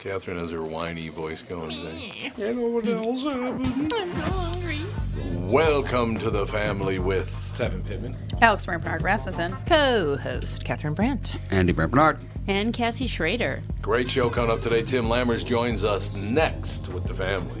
Catherine has her whiny voice going today. You know what else happened? I'm so hungry. Welcome to the family with Tevin Pittman. Alex Bernard Rasmussen. Co-host Catherine Brandt. Andy Brent Bernard. And Cassie Schrader. great show coming up today. Tim Lammers joins us next with the family.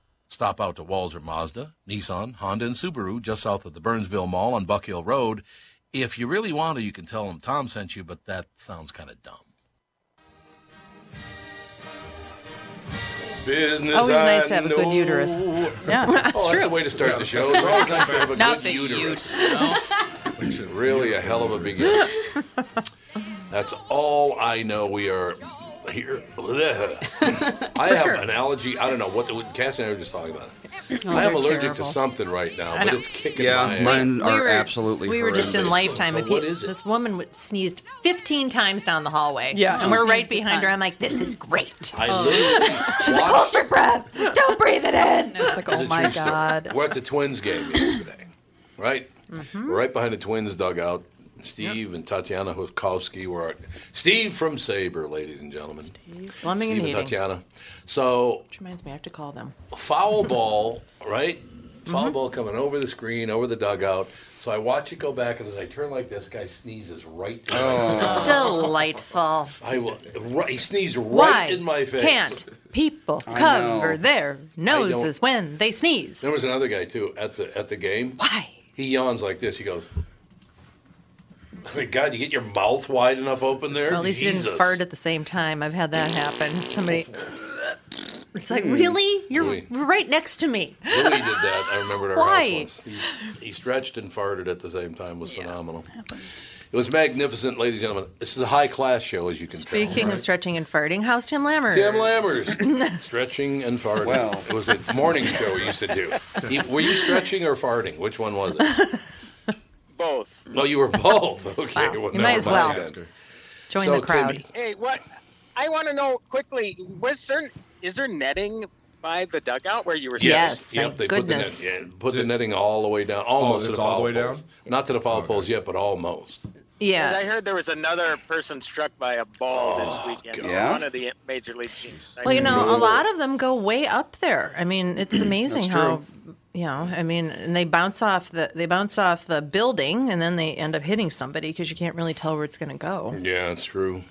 Stop out to Walzer Mazda, Nissan, Honda, and Subaru just south of the Burnsville Mall on Buck Hill Road. If you really want to, you can tell them Tom sent you, but that sounds kind of dumb. Business. Always nice to have a good uterus. Yeah, that's Oh, that's true. the way to start the show. It's always nice to have a Not good the uterus. Really a hell of a beginning. That's all I know. We are here. I have an allergy. I don't know what the Cassie and I were just talking about. Oh, it. I am they're allergic to terrible. something right now, know. but it's kicking my Yeah, ass. mine We are were- absolutely. We were just in horrendous. lifetime. So and what pe- is it? This woman w- sneezed 15 times down the hallway. Yeah, she and we're right sneezed a behind her. ton. I'm like, this is great. I Oh literally watched- breath. Don't breathe it in. It's like, It's oh a my true story. God. Mm-hmm. We're at the Twins game yesterday, right? We're right behind the Twins dugout. Steve and Tatiana Huskowski were our, Steve from Saber, ladies and gentlemen. Plumbing Steve and and heating. Tatiana. So Which reminds me, I have to call them. foul ball, right? Foul Mm-hmm. ball coming over the screen, over the dugout. So I watch it go back, and as I turn like this, guy sneezes right. In my Oh, face. Delightful. I will. Right, he sneezed right Why in my face. can't people cover their noses when they sneeze? There was another guy too at the at the game. Why? He yawns like this. He goes. Thank God you get your mouth wide enough open there. Well, at least you Jesus. didn't fart at the same time. I've had that happen. Somebody. It's like, really? You're Really? right next to me. Louis did that. I remember at our Why? house once. He, he stretched and farted at the same time. It was phenomenal. It was magnificent, ladies and gentlemen. This is a high class show, as you can tell. Speaking of stretching and farting, how's Tim Lammers? Tim Lammers, stretching and farting. Well. it was a morning show we used to do. You- Were you stretching or farting? Which one was it? Both. No, you were both. Okay, well, Wow. You never might as mind well. then. Join So, the crowd. Timmy, Hey, what? I want to know quickly. Was there is there netting by the dugout where you were? Yes. yep, thank they goodness. Put the, net, yeah, put the netting all the way down, almost to Oh, it's the all foul the way poles. down? Not to the foul poles yet, but almost. standing? I Yeah. heard there was another person struck by a ball Oh, this weekend. on Yeah? One of the major league teams. Well, you know, a lot of them go way up there. I mean, it's amazing That's how. You know, I mean, and they bounce off the they bounce off the building, and then they end up hitting somebody because you can't really tell where it's going to go. Yeah, it's true.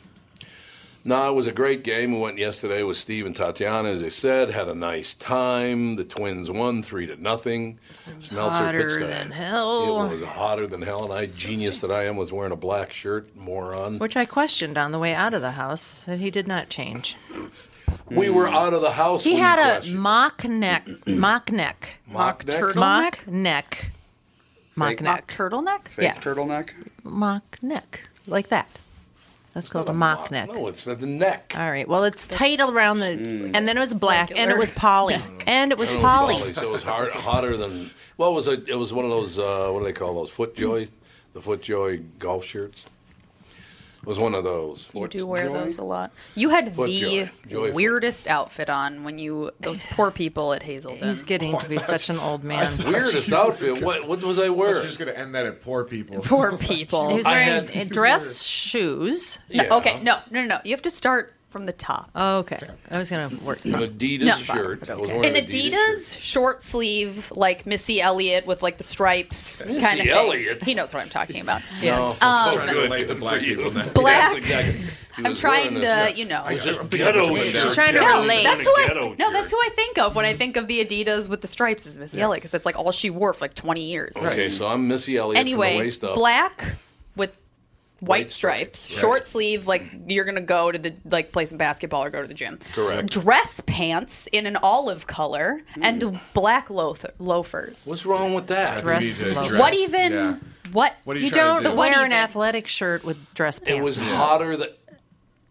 No, it was a great game. We went yesterday with Steve and Tatiana, as I said, had a nice time. The Twins won three to nothing. Smeltzer hotter pitched a- than hell. It was hotter than hell, and I, genius that I am, was wearing a black shirt, moron. Which I questioned on the way out of the house that he did not change. We were out of the house. He when had you a questioned- mock neck, mock neck, mock neck. turtle. mock neck, mock Mock Fake- neck, turtleneck? Fake Yeah. turtleneck. mock neck, like that. That's called a mock neck. No, it's the neck. Mm. All right. Well, it's tight around the, and then it was black, and it Regular. was poly, and it was It was poly. Bali, so it was hard, hotter than. Well, it was a, it was one of those. Uh, what do they call those? Footjoy, the Footjoy golf shirts. It was one of those. You do wear joy. those a lot. You had Foot the joy. Joyful. weirdest outfit on when you those poor people at Hazelden. He's getting to be such an old man. Weirdest outfit. What what was I I was wearing? just gonna end that at poor people. poor He people. was I wearing had- dress shoes. Yeah. Okay, no, no, no, no. You have to start from the top. Okay. I was gonna work. An Adidas No. shirt. I was Okay. wearing An shirt. Adidas short sleeve, like Missy Elliott with like the stripes Missy kind of thing. Elliott? He knows what I'm talking about. No. Yes. Oh, Trying to good. relate to Good for black you. people now. Um, Black. Yes, exactly. He I'm was trying wearing to, this- you know. I was just ghetto. She's trying to No, relate. that's who Ghetto I, no, jerk. that's who I think of when I think of the Adidas with the stripes is Missy Elliott because that's like all she wore for like 20 years. Okay, so I'm Missy Elliott from the Anyway, waist up. black with white, White stripes, stripes, right. short sleeve. Like you're gonna go to the like play some basketball or go to the gym. Correct. Dress pants in an olive color and black loath- loafers. Hmm. What's wrong with that? Dress We need to low. address- what even? yeah. What? What are you, You trying don't to do? wear do you an think? athletic shirt with dress pants. It was hotter than.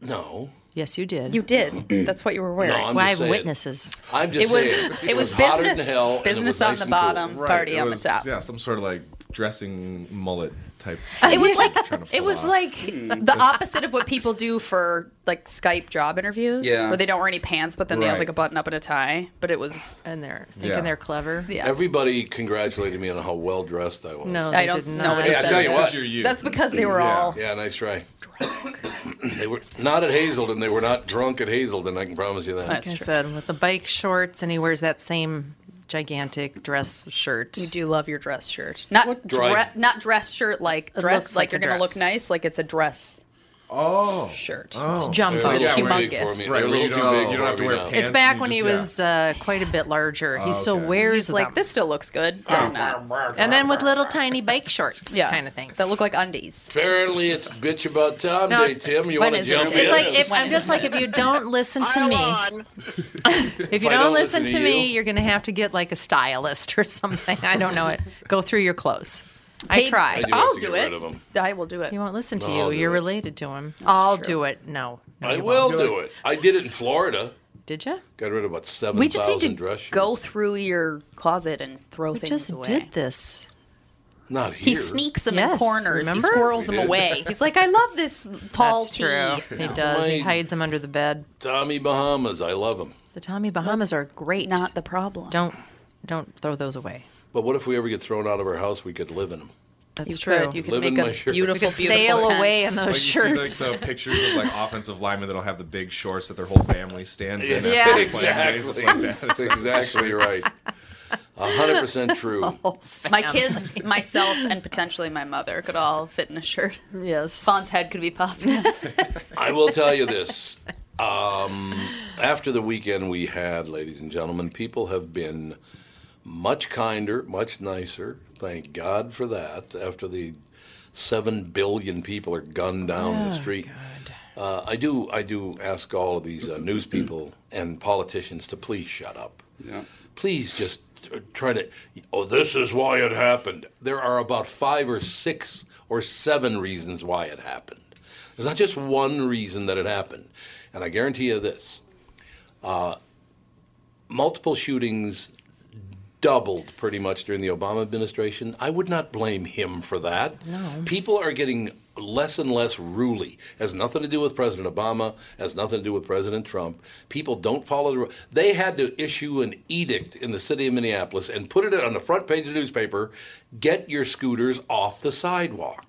No. Yes, you did. You did. That's what you were wearing. No, I'm Well, just I have saying. witnesses. I'm it just was saying. it was hotter than business hell, and it business was on nice the and cool. bottom, Right, party it on was, the top. Yeah, some sort of like dressing mullet type. It was like Trying to it pull was off. like Hmm. the opposite of what people do for like Skype job interviews, Yeah. where they don't wear any pants, but then they have Right. like a button up and a tie. But it was and they're thinking Yeah. they're clever. yeah. Everybody congratulated me on how well dressed I was. No, I they don't did know not. what Hey, I tell you That's what. your you. That's because they were Yeah. all Yeah, nice try. they were not at Hazelden. They were not drunk at Hazelden. I can promise you that. Like I That's true. said, with the bike shorts, and he wears that same gigantic dress shirt. You do love your dress shirt, not What dry- dress, not dress shirt like It dress looks like, like you're a gonna look dress. nice, like it's a dress oh, shirt. It's They're jumbo. a Because it's little too big humongous. for me. They're Right, a well, you little too don't- big you for don't have to me wear now. pants. It's back You when he just- was uh, quite a bit larger. he still okay. wears It's like them. this still looks good, does not? and then with little tiny bike shorts, Yeah, kind of things. that look like undies. Apparently, it's bitch about Tom No, Day, Tim. You when want to is it? jump It's in? like if, When I'm is just like if you don't listen to Pile me, on. if you I don't, don't listen, listen to to me, you- you're going to have to get like a stylist or something. I don't know it. Go through your clothes. I Hey, tried. do have I'll to do get it. rid of 'em. I will do it. He won't listen to No, you. I'll do You're it. related to him. I'll do it. No, no I you will won't. do it. I did it in Florida. Did you? Got rid of about seven we just need thousand to dress shirts. go through your closet and throw We things just away. did this. Not here. He sneaks them in Yes, corners. remember? He squirrels We them did. away. He's like, I love this tall That's tee. true. He does. He My- hides them under the bed. Tommy Bahamas. I love him. The Tommy Bahamas are great. Not the problem. don't don't throw those away. But what if we ever get thrown out of our house? We could live in them. That's you true. could. You could Live in make a my shirt. beautiful, We could beautiful sail tent. away in those Like you shirts. see like the pictures of like offensive linemen that'll have the big shorts that their whole family stands in. Yeah. after they play games. It's Exactly. like that. That's exactly right. A hundred percent true. Oh, My kids, myself, and potentially my mother could all fit in a shirt. yes. Fawn's head could be popping. out. I will tell you this. Um, after the weekend we had, ladies and gentlemen, people have been much kinder, much nicer. Thank God for that. After the seven billion people are gunned down in the street, uh, I do. I do ask all of these uh, news people and politicians to please shut up. Yeah. Please just try to. Oh, this is why it happened. There are about five or six or seven reasons why it happened. There's not just one reason that it happened. And I guarantee you this uh, multiple shootings doubled pretty much during the Obama administration. I would not blame him for that. No. People are getting less and less ruly. Has nothing to do with President Obama, has nothing to do with President Trump. People don't follow the ru- They had to issue an edict in the city of Minneapolis and put it on the front page of the newspaper, get your scooters off the sidewalk.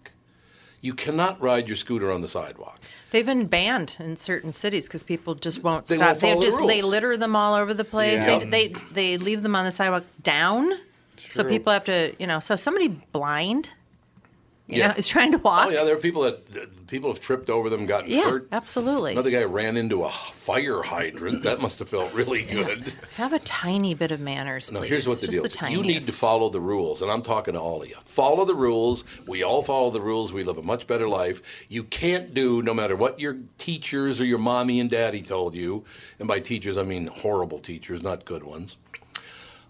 You cannot ride your scooter on the sidewalk. They've been banned in certain cities because people just won't They stop. won't they follow the just they rules. litter them all over the place. Yeah. They, they they leave them on the sidewalk down, so true. people have to you know. So somebody blind, You Yeah. know, is trying to walk. Oh yeah, there are people that that people have tripped over them, gotten Yeah, hurt. absolutely. Another guy ran into a fire hydrant. That must have felt really good. Have a tiny bit of manners. No, please. here's what the Just deal The is. you need to tiniest. follow the rules, and I'm talking to all of you. Follow the rules. We all follow the rules. We live a much better life. You can't do, no matter what your teachers or your mommy and daddy told you, and by teachers, I mean horrible teachers, not good ones.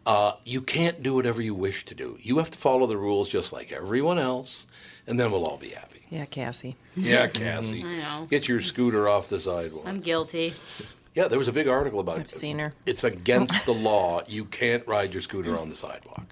Uh, you can't do whatever you wish to do. You have to follow the rules just like everyone else, and then we'll all be happy. Yeah, Cassie. Yeah, Cassie. I Oh. know. Get your scooter off the sidewalk. I'm guilty. Yeah, there was a big article about it. I've seen her. It's against the law. You can't ride your scooter on the sidewalk.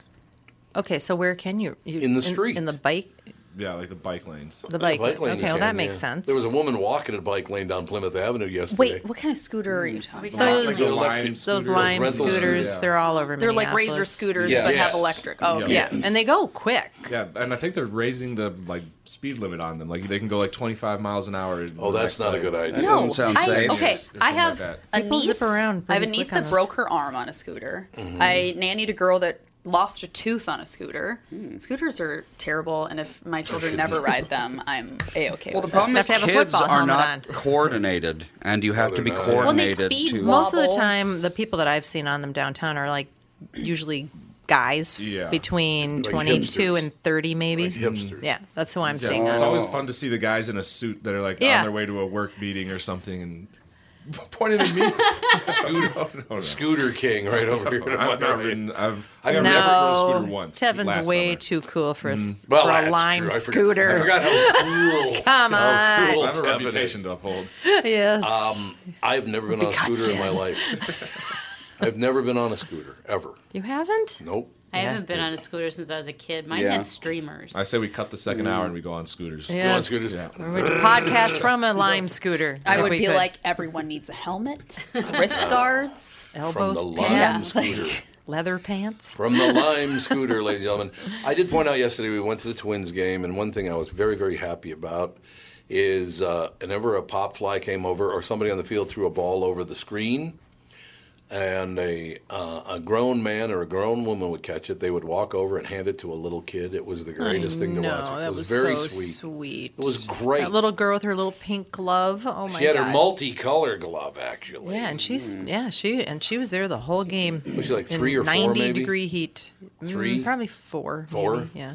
Okay, so where can you? you In the street. In, the bike. Yeah, like the bike lanes. The bike. Bike lane you okay, well can, that makes yeah. sense. There was a woman walking at a bike lane down Plymouth Avenue yesterday. Wait, what kind of scooter are you talking about? Mm. those Like the lime those scooters. lime rental scooters, scooters. yeah. They're all over. They're like Minneapolis. razor scooters, Yeah. but Yeah. have electric. Oh, okay. Yeah, and they go quick. Yeah, and I think they're raising the like speed limit on them. Like they can go like 25 miles an hour. in Oh, the that's next, not a like- good idea. No. Doesn't sound I, safe. Or Okay, something I like have that. a People niece. zip around I have a pretty niece quick on that us. broke her arm on a scooter. Mm-hmm. I nannied a girl that lost a tooth on a scooter. Hmm. Scooters are terrible, and if my children never ride them, I'm a okay. Well, the problem You have is to have a kids football are helmet not on. coordinated, and you have to be they're not. coordinated Well, they speed to. walk. Most of the Wobble. time, the people that I've seen on them downtown are like usually guys Yeah. between Like 22 hipsters. and 30, maybe. Like hipsters. Yeah, that's who I'm Yeah, seeing. it's, it's on. always fun to see the guys in a suit that are like Yeah. on their way to a work meeting or something and pointing at me. no, no, no. Scooter King right over here. I've never ridden. I've, I've never I've never ridden rode a No, scooter once. Tevin's last way summer. too cool for a, s- Mm. Well, for that's a lime true. I Oh, forgot- scooter. I forgot how cool. Come how on. cool I have Tevin is. a reputation to uphold. yes. Um, I've never been on a scooter in my life. I've never been on a scooter ever. you haven't? Nope. I haven't been on a scooter since I was a kid. Mine Yeah. had streamers. I say we cut the second hour and we go on scooters. Yeah. Been on Yes. scooters. Yeah. Or would you podcast from a lime scooter. I if would we be could? like, everyone needs a helmet, wrist guards. elbow From the lime pants, scooter. leather pants. From the Lime Scooter, ladies and gentlemen. I did point out yesterday we went to the Twins game, and one thing I was very, very happy about is uh, whenever a pop fly came over or somebody on the field threw a ball over the screen, and a, uh, a grown man or a grown woman would catch it, they would walk over and hand it to a little kid. It was the greatest thing to no, watch. It that was, very so sweet. sweet. It was great. That little girl with her little pink glove. Oh my she had god. her multicolor glove, actually. yeah, and she's yeah, she and she was there the whole game. Was she like three or four, Ninety maybe? degree heat. Mm, Three? probably four. Four? maybe, Yeah.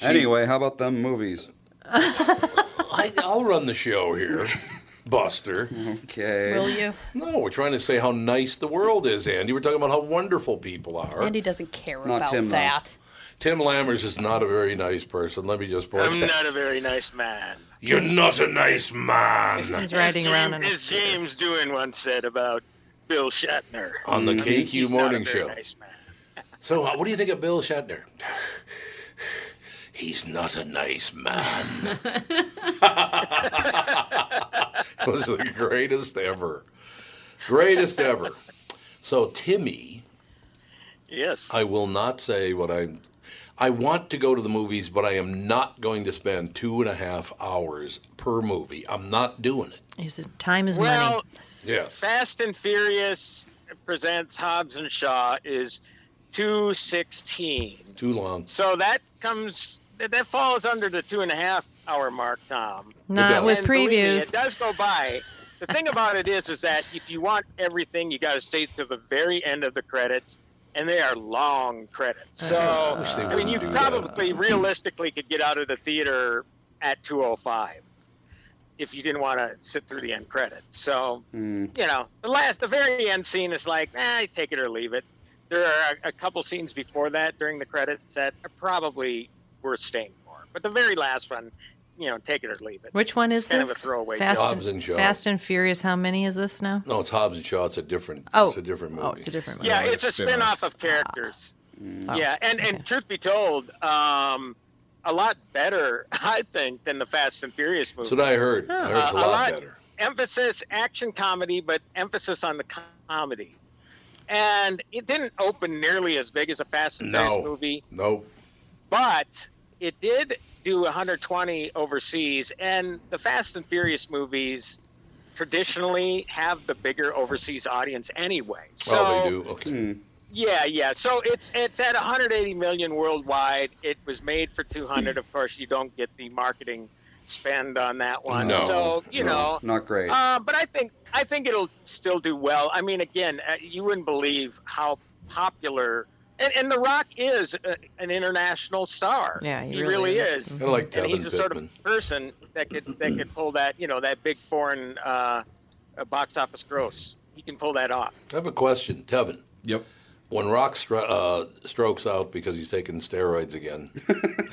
Anyway, how about them movies? I, I'll run the show here, Buster. Okay. Will you? No, we're trying to say how nice the world is, Andy. We're talking about how wonderful people are. Andy doesn't care Not about Tim, though. that. Tim Lammers is not a very nice person. Let me just point I'm that. not a very nice man. You're not a nice man. He's riding as around James, on a as James Doohan once said about Bill Shatner. On the KQ He's not a Morning very Show. nice man. Mm-hmm. So, uh, what do you think of Bill Shatner? He's not a nice man. it was the greatest ever. Greatest ever. So, Timmy. Yes. I will not say what I. I want to go to the movies, but I am not going to spend two and a half hours per movie. I'm not doing it. He said, "Time is money." well, Yes. Fast and Furious presents Hobbs and Shaw is 216. Too long. So that comes, that that falls under the two and a half hour mark, Tom. Not Adele. with And believe me, previews. it does go by. The thing about it is, is that if you want everything, you got to stay to the very end of the credits, and they are long credits. So I wish they I mean, wouldn't you do that. probably realistically could get out of the theater at 2:05 if you didn't want to sit through the end credits. So Mm. you know, the last, the very end scene is like, eh, take it or leave it. There are a, a couple scenes before that during the credits that are probably worth staying for, but the very last one, you know, take it or leave it. Which one is kind of a this? throwaway Fast joke. Hobbs and Shaw. Fast and Furious. How many is this now? No, it's Hobbs and Shaw. It's a different. Oh. It's a different movie. Oh, it's a different Ah. one. Yeah, like it's a a spin spin-off. off of characters. Oh, yeah, and, okay. and truth be told, um, a lot better, I think, than the Fast and Furious movie. That's what I heard. I heard it's a Uh, lot, better. Emphasis action comedy, but emphasis on the comedy. And it didn't open nearly as big as a Fast and No. Furious movie, Nope. but it did do 120 overseas. And the Fast and Furious movies traditionally have the bigger overseas audience anyway. So Hmm, Oh, they do. Okay. Yeah, yeah. So it's it's at 180 million worldwide. It was made for 200. Of course, you don't get the marketing spend on that one. No, so you know, Not great. Uh, but I think I think it'll still do well. I mean, again, uh, you wouldn't believe how popular. And, and The Rock is a, an international star. Yeah, he really, really is. is. I like And he's Tevin the sort Pittman. of person that could that could pull that you know that big foreign uh, uh, box office gross. He can pull that off. I have a question, Tevin. Yep. When Rock stro- uh, strokes out because he's taking steroids again,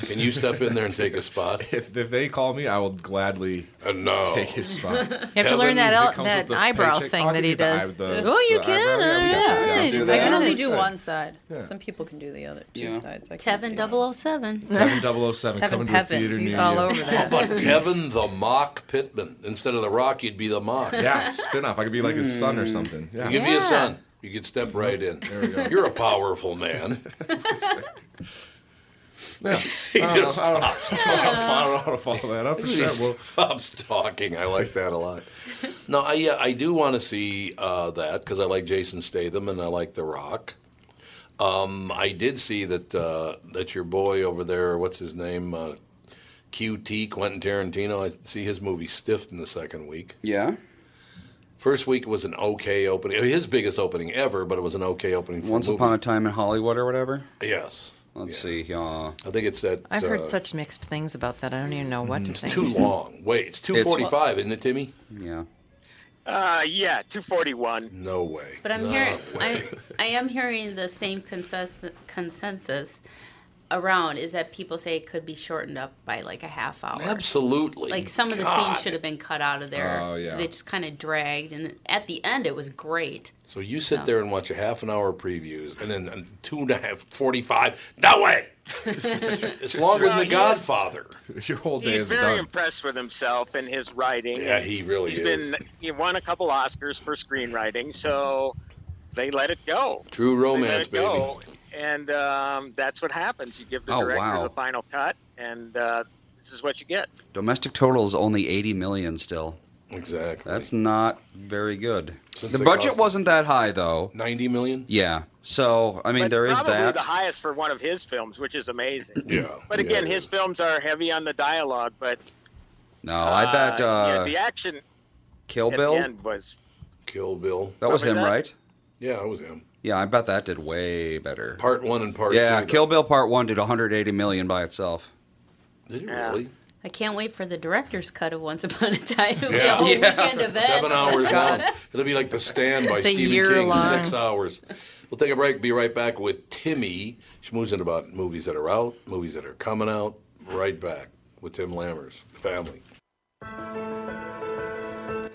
can you step in there and take his spot? If, if they call me, I will gladly Uh, no. take his spot. You have to Kevin, learn that If it out, comes with that the eyebrow paycheck, thing I'll that give he you the eye- does. the- oh, you the can. eyebrow. Yeah, we got that All down. right. Do Just that. I like can only it. do one side. Yeah. Some people can do the other two Yeah. sides. I can't Tevin do that. 007. Tevin 007 Tevin coming to a theater Pevin. He's near all you. over How that. about Tevin the Mock Pittman? Instead of the Rock, you'd be the Mock. Yeah, spin-off. I could be like his son or something. Yeah. Mm-hmm. You'd be a Hmm. Yeah. son. You could step right in. we go. You're a powerful man. I don't know. I don't know how to follow that up. For She sure. Well, stops talking. I like that a lot. No, I yeah, I do want to see uh, that because I like Jason Statham and I like The Rock. Um, I did see that uh, that your boy over there, what's his name, uh, QT Quentin Tarantino. I see his movie Stiffed in the second week. yeah. First week was an okay opening, uh, his biggest opening ever, but it was an okay opening. For Once a movie. upon a time in Hollywood or whatever. yes. Let's Yeah. see. uh, Yeah. I think it's that. I've heard uh, such mixed things about that. I don't even know what to think. Too long. Wait, it's two forty-five, isn't it, Timmy? Yeah. Uh, yeah, 241. No way. But I'm no hearing, I, way. I am hearing the same consensus, consensus around is that people say it could be shortened up by like a half hour. Absolutely. Like some of the God. scenes should have been cut out of there. Oh, yeah. They just kind of dragged, and at the end it was great. So you sit there and watch a half an hour previews, and then uh, two and a half, 45. No way. it's longer than The Godfather. your whole day He's is a very dog. impressed with himself and his writing. Yeah, he really He's is. been he won a couple Oscars for screenwriting, so they let it go. True They let romance, it baby. go, and um, that's what happens. You give the Oh, director wow. the final cut, and uh, this is what you get. Domestic total is only 80 million still. Exactly. That's not very good. Since the they budget cost- wasn't that high though. 90 million? Yeah. So I mean, But there is probably that. the highest for one of his films, which is amazing. Yeah. But Yeah, again, it his is. films are heavy on the dialogue, but no, I uh, bet yeah, uh, the action Kill at Bill. the end was Kill Bill. that was Probably him, that. right? Yeah, that was him. Yeah, I bet that did way better. Part one and part yeah, two. though. Kill Bill Part One did 180 million by itself. Did it Yeah. really? I can't wait for the director's cut of Once Upon a Time. Yeah. the whole Yeah. weekend of it. Seven hours long. It'll be like The Stand by It's a Stephen year King, long. six hours. We'll take a break, be right back with Timmy schmoozing about movies that are out, movies that are coming out. Right back with Tim Lammers, the family.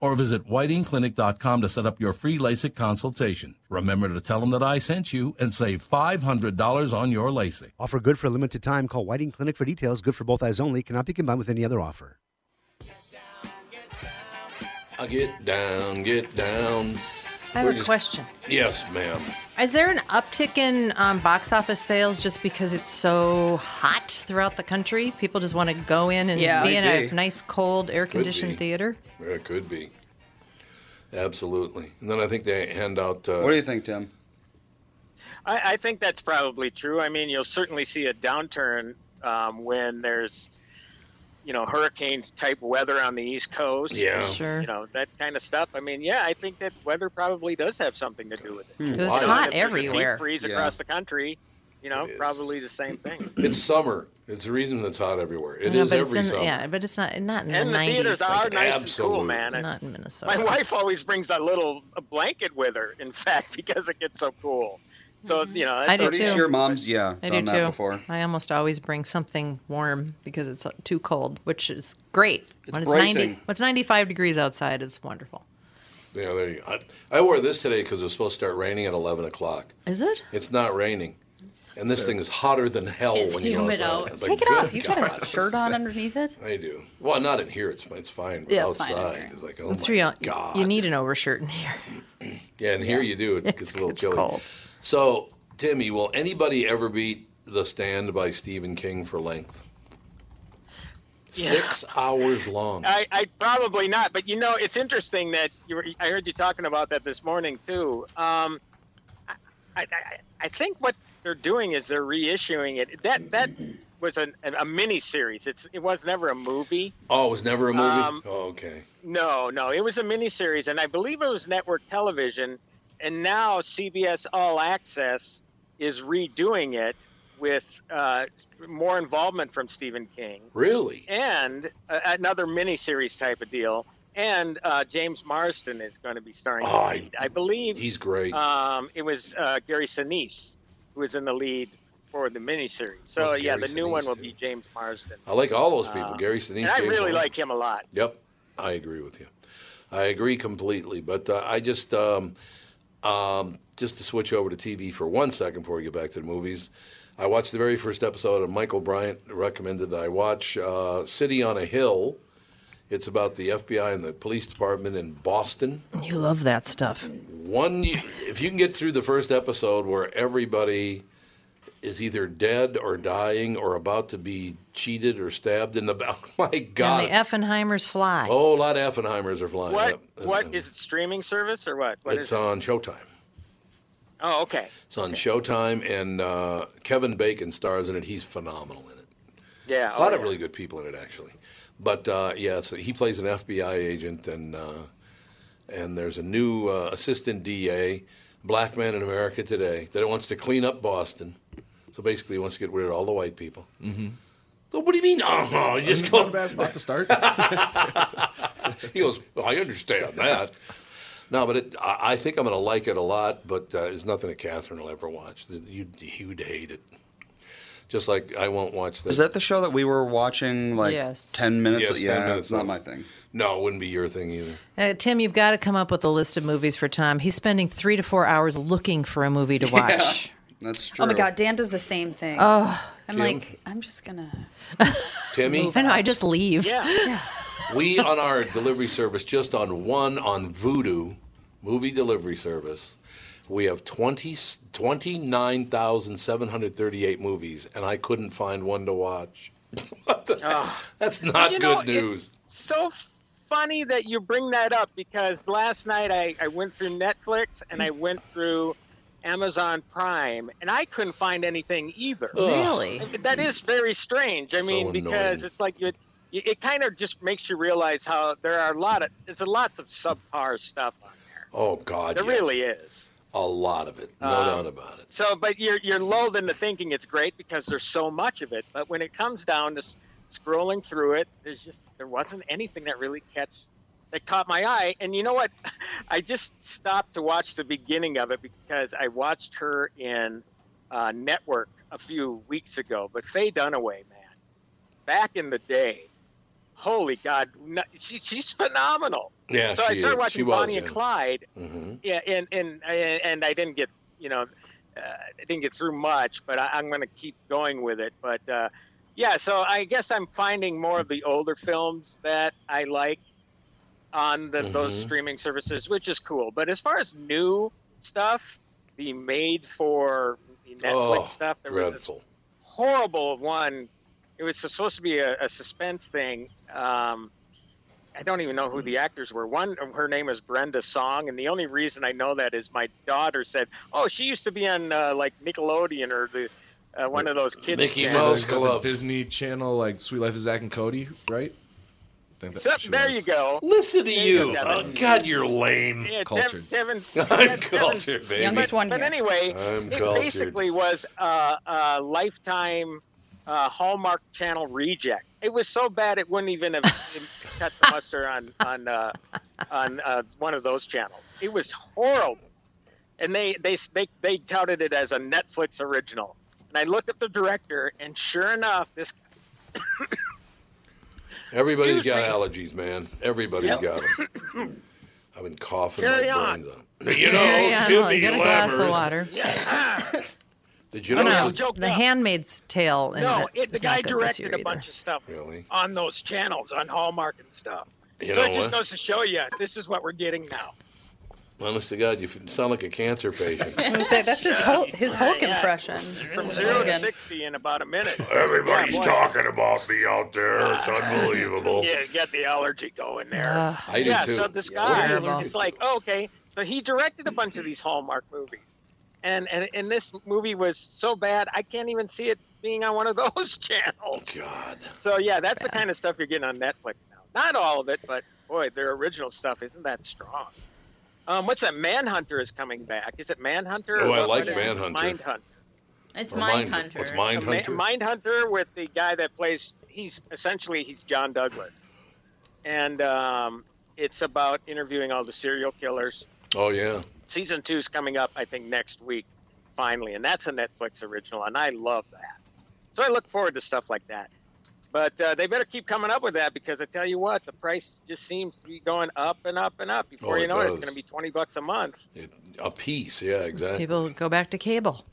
or visit whitingclinic.com to set up your free LASIK consultation. Remember to tell them that I sent you and save $500 on your LASIK. Offer good for a limited time. Call Whiting Clinic for details. Good for both eyes only. Cannot be combined with any other offer. I get down, get down. I have We're a just- question. Yes, ma'am. Is there an uptick in um, box office sales just because it's so hot throughout the country? People just want to go in and Yeah. be in Might a be. nice, cold, air be. conditioned theater? Yeah, It could be. Absolutely. And then I think they hand out. Uh, What do you think, Tim? I, I think that's probably true. I mean, you'll certainly see a downturn um, when there's, you know, hurricane type weather on the East Coast. Yeah. Sure. You know, that kind of stuff. I mean, yeah, I think that weather probably does have something to do with it. 'Cause Hmm, Why it's not? hot If there's a deep everywhere. freeze Yeah. across the country, you know, It is. probably the same thing. It's summer. It's the reason it's hot everywhere. It is I know, but every it's in, summer. yeah, but it's not not in and the the theaters nineties. are Like, nice and Absolutely. cool, man. it's And not in My Minnesota. wife always brings a little a blanket with her, in fact, because it gets so cool. So, you know, that's Mm-hmm. I do already- too. Pretty sure mom's yeah I do done that too. before. I almost always bring something warm because it's uh, too cold, which is great. when it's bracing. ninety, when it's ninety-five degrees outside, it's wonderful. Yeah, there you go. I, I wore this today because it was supposed to start raining at 11 o'clock. Is it? It's not raining. And this thing is hotter than hell It's when you go humid outside. out. I was Take like, it off. "Good You've got God." a shirt on underneath it. I do. Well, not in here. It's fine. It's fine. But Yeah, it's fine in outside, here. it's like, oh That's my true. You- God. You need an overshirt in here. yeah, and here you do. It It's- gets a little it's chilly. cold. So, Timmy, will anybody ever beat The Stand by Stephen King for length? Six hours long. I, I probably not, but you know, it's interesting that you were, I heard you talking about that this morning too. Um, I, I, I- I think what they're doing is they're reissuing it. That that was an, a mini series. It's it was never a movie. oh, it was never a movie? Um, oh, okay. No, no, it was a miniseries, and I believe it was network television. And now CBS All Access is redoing it with uh, more involvement from Stephen King Really? and uh, another miniseries type of deal. And uh, James Marston is going to be starring. Oh, the lead. I, believe He's great. um, it was uh, Gary Sinise who was in the lead for the miniseries. So Oh, yeah, Gary the new one Sinise, will too. be James Marston, I like all those people. uh, Gary Sinise. and I James really Bond. like him a lot. Yep, I agree with you. I agree completely. But uh, I just, um, um, just to switch over to TV for one second before we get back to the movies, I watched the very first episode of Michael Bryant recommended that I watch uh, City on a Hill. It's about the FBI and the police department in Boston. You love that stuff. One, if you can get through the first episode where everybody is either dead or dying or about to be cheated or stabbed in the back, my God, And the Effenheimers fly. Oh, a lot of Effenheimers are flying. What? Yep. What is it? Streaming service or what? What Uh, It's is? it? on Showtime. Oh, okay. It's on Showtime, and uh, Kevin Bacon stars in it. He's phenomenal in it. Oh, Yeah. A lot of really good people in it, actually. But uh, yeah, so he plays an FBI agent, and uh, and there's a new uh, assistant DA, black man in America today, that wants to clean up Boston. So basically, he wants to get rid of all the white people. Mm-hmm. So what do you mean? Uh-huh. You just It's not a go bad spot to start. He goes, well, I understand that. No, but it, I, I think I'm going to like it a lot, but uh, it's nothing that Catherine will ever watch. You'd, you'd hate it. Just like I won't watch that. Is that the show that we were watching like Yes. 10 minutes? Yes, 10 yeah, minutes it's not long. my thing. No, it wouldn't be your thing either. Uh, Tim, you've got to come up with a list of movies for Tom. He's spending three to four hours looking for a movie to watch. That's true. Oh my God, Dan does the same thing. Oh, I'm like, I'm just gonna. Timmy, I know. I just leave. Yeah. we on Oh, our delivery service, just on one on Voodoo, movie delivery service, we have 20, 29,738 movies, and I couldn't find one to watch. what the, that's not You good know, it- news. so funny that you bring that up because last night I, I went through Netflix and I went through Amazon Prime and I couldn't find anything either. Really? That is very strange. I So mean, because annoying. it's like you, it kind of just makes you realize how there are a lot of there's a lots of subpar stuff on there. oh, God. There yes. really is. A lot of it. No doubt about it. So, but you're you're lulled into thinking it's great because there's so much of it. But when it comes down to s- scrolling through it, there's just there wasn't anything that really catch that caught my eye. And you know what? I just stopped to watch the beginning of it because I watched her in uh, Network a few weeks ago. But Faye Dunaway, man, back in the day, holy God, no- she, she's phenomenal. Yeah, so she I started is. watching She was, Bonnie and yeah. Clyde. Mm-hmm. Yeah, and and and I didn't get you know, uh, I didn't get through much, but I, I'm going to keep going with it. But uh, yeah, so I guess I'm finding more of the older films that I like on the, those Mhm. streaming services, which is cool. But as far as new stuff, the made for Netflix Oh, stuff, there was this dreadful. horrible one. It was supposed to be a, a suspense thing. Um, I don't even know who the actors were. One, her name is Brenda Song, and the only reason I know that is my daughter said, "Oh, she used to be on uh, like Nickelodeon or the uh, one of those kids." Mickey channels." Mouse Got Club. The Disney Channel, like Sweet Life of Zach and Cody, right? I think So, that she there was. you go. Listen to There you. go, Oh, Devin. God, you're lame. Yeah, Dev- Cultured. Devin, I'm Dev- Devin's- cultured, But- baby. Youngest one but here. anyway, I'm it cultured. basically was a, a lifetime uh, Hallmark Channel reject. It was so bad it wouldn't even have cut the muster on on uh, on uh, one of those channels. It was horrible, and they they they they touted it as a Netflix original. And I looked up the director, and sure enough, this Everybody's Excuse got allergies, man. Everybody's got 'em. got them. I've been coughing Carry my on. brains out. You know, Carry on, hold on, Jimmy Get a glass of Lammers- water. Did you Oh, know? no, some- joke the up. Handmaid's Tale. And no, that it, the is not guy good this directed year a bunch either. of stuff Really? on those channels on Hallmark and stuff. You so know it just what? goes to show you, this is what we're getting now. Honest to God, you f- sound like a cancer patient. I was gonna say, that's his Hulk, his Hulk Yeah. impression. From zero to Again. sixty in about a minute. Everybody's Yeah, boy. talking about me out there. It's unbelievable. Yeah, get the allergy going there. Ugh. I do yeah, too. so this Yeah. guy, Terrible. it's like, oh, okay, so he directed a bunch of these Hallmark movies, and and and this movie was so bad, I can't even see it being on one of those channels. God. So yeah, that's the kind of stuff you're getting on Netflix now. Not all of it, but boy, their original stuff isn't that strong. Um, what's that? Manhunter is coming back. Is it Manhunter? or Oh, I what- like what is it? Manhunter. Mindhunter. It's Or Mind- Mindhunter. What's Mind Hunter? Mind Hunter with the guy that plays. He's essentially he's John Douglas, and um, it's about interviewing all the serial killers. Oh yeah. Season two is coming up, I think, next week, finally, and that's a Netflix original, and I love that. So I look forward to stuff like that. But uh, they better keep coming up with that because I tell you what, the price just seems to be going up and up and up. Before Oh, you it know it, does. it's going to be twenty bucks a month. It, a piece. Yeah, exactly. People go back to cable.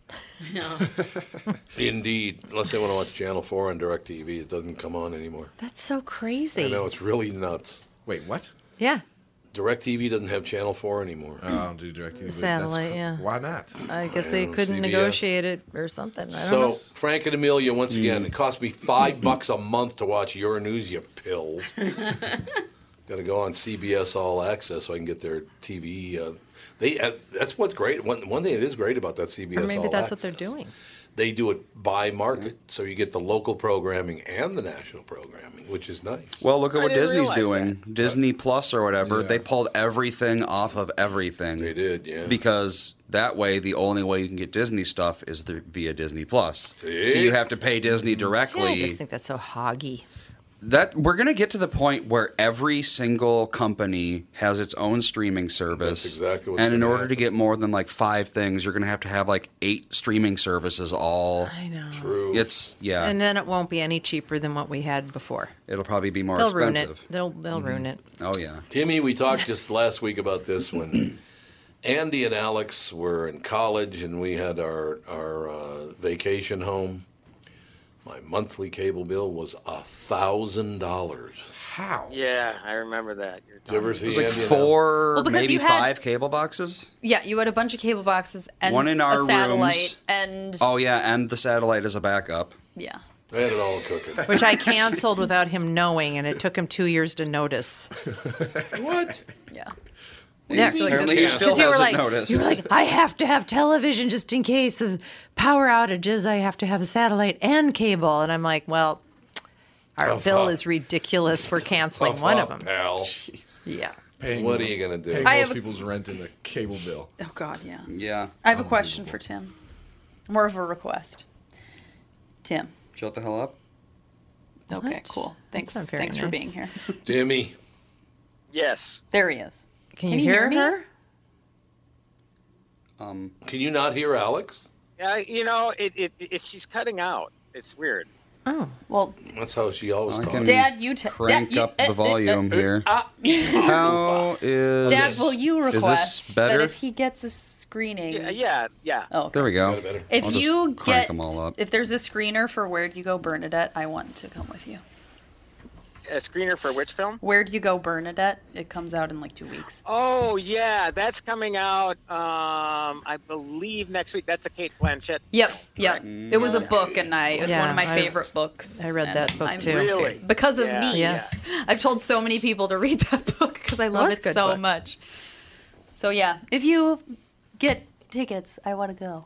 Indeed. Unless they want to watch Channel 4 on DirecTV, it doesn't come on anymore. That's so crazy. I know, it's really nuts. Wait, what? Yeah. DirecTV doesn't have Channel 4 anymore. Oh, I don't do direct TV. Satellite, yeah. Why not? I guess they know, couldn't CBS. negotiate it or something. I don't so, know. Frank and Amelia, Mm. once again, it cost me five bucks a month to watch Your News, you pills. Got to go on CBS All Access so I can get their TV. Uh, they uh, That's what's great. One, one thing that is great about that CBS Or maybe All that's what they're Access, doing. They do it by market, Mm-hmm. so you get the local programming and the national programming, which is nice. Well, look at I what didn't Disney's realize doing. Disney Plus or whatever, Yeah. they pulled everything off of everything. They did, yeah. Because that way, the only way you can get Disney stuff is the, via Disney Plus. See? So you have to pay Disney See, I just directly. think that's so hoggy. that we're going to get to the point where every single company has its own streaming service. That's exactly what's And in gonna order to happen. get more than like five things, you're going to have to have like eight streaming services all. I know. True. It's yeah. And then it won't be any cheaper than what we had before. it'll probably be more They'll ruin expensive. it. They'll they'll ruin it. Oh yeah. Timmy, we talked just last week about this when Andy and Alex were in college and we had our our uh, vacation home. My monthly cable bill was a thousand dollars. How? Yeah, I remember that. You're Did you ever see It was like Andy and four, Well, because maybe you had- five cable boxes. Yeah, you had a bunch of cable boxes and One in our a satellite rooms. and Oh yeah, and the satellite as a backup. yeah. Alex? I had it all cooking. Which I canceled without him knowing, and it took him two years to notice. what? Yeah. Yeah, 'cause Apparently, he that's- still 'cause you were hasn't like, noticed. you were like, I have to have television just in case of power outages. I have to have a satellite and cable, and I'm like, well, our Oh, Tough bill up. is ridiculous. We're canceling Tough one up, of them. pal. Yeah. Paying What are you gonna do? Paying I most have a- people's rent and a cable bill. Oh God, yeah. yeah, I have a question for Tim. More of a request. Tim. shut the hell up. Okay, What? cool. Thanks. not very Thanks for nice. being here. Timmy, Yes. There he is. Can, Can you you hear hear, me? her? Um, can you not hear Alex? Uh, you know, it, it, it she's cutting out. It's weird. Oh. Well, That's how she always Oh, I can talks. Dad, you t- crank Dad, you- up uh, the uh, volume uh, here. How is Dad, will you is this request that better? if he gets a screening? Yeah, yeah. yeah. Oh, okay. There we go. If I'll just you crank get, them all up. if there's a screener for Where'd You Go Bernadette, I want to come with you. A screener for which film? Where'd You Go Bernadette? It comes out in like two weeks. Oh yeah, that's coming out. Um, I believe next week. That's a Kate Blanchett. Mm. Yep, yep. It was a book, and I it's one Yeah, of my I- favorite books. I read and that book, I'm too. Really? Because of Yeah. me. Yes. I've told so many people to read that book because I love was a it so good book. much. So yeah, if you get tickets, I want to go.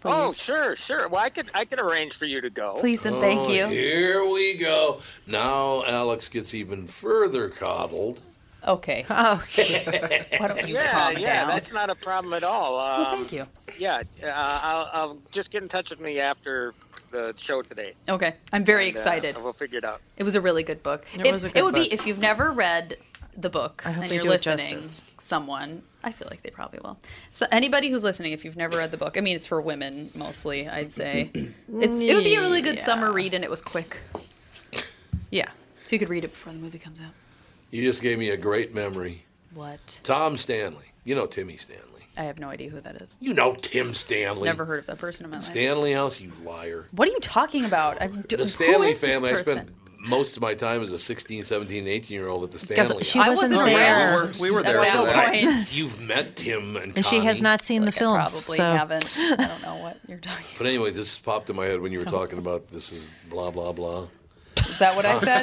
Please. Oh sure, sure. Well, I could I could arrange for you to go. Please and thank Oh, you. Here we go. Now Alex gets even further coddled. Okay. Oh, Why don't you Yeah, calm yeah. down? That's not a problem at all. Um, Well, thank you. Yeah, uh, I'll, I'll just get in touch with me after the show today. Okay, I'm very and, uh, excited. we'll figure it out. It was a really good book. It If- was a good would book. be if you've never read the book I hope and they you're do it listening, justice. someone. I feel like they probably will. So anybody who's listening, if you've never read the book, I mean, it's for women mostly. I'd say it's, it would be a really good summer read, and it was quick. Yeah, so you could read it before the movie comes out. You just gave me a great memory. What? Tom Stanley. You know Timmy Stanley. I have no idea who that is. You know Tim Stanley. Never heard of that person in my life. Stanley House, you liar. what are you talking about? I'm do- The who Stanley is this family. I person? spent most of my time as a 16, 17, 18 year old at the Because Stanley she House. I wasn't wasn't there. there. Oh, We were- we were at there that for But I- point. You've met Tim and, and she has Connie. not seen the I films. probably so. haven't. I don't know what you're talking. But anyway, this popped in my head when you were talking about this is blah blah blah. Is that what I said?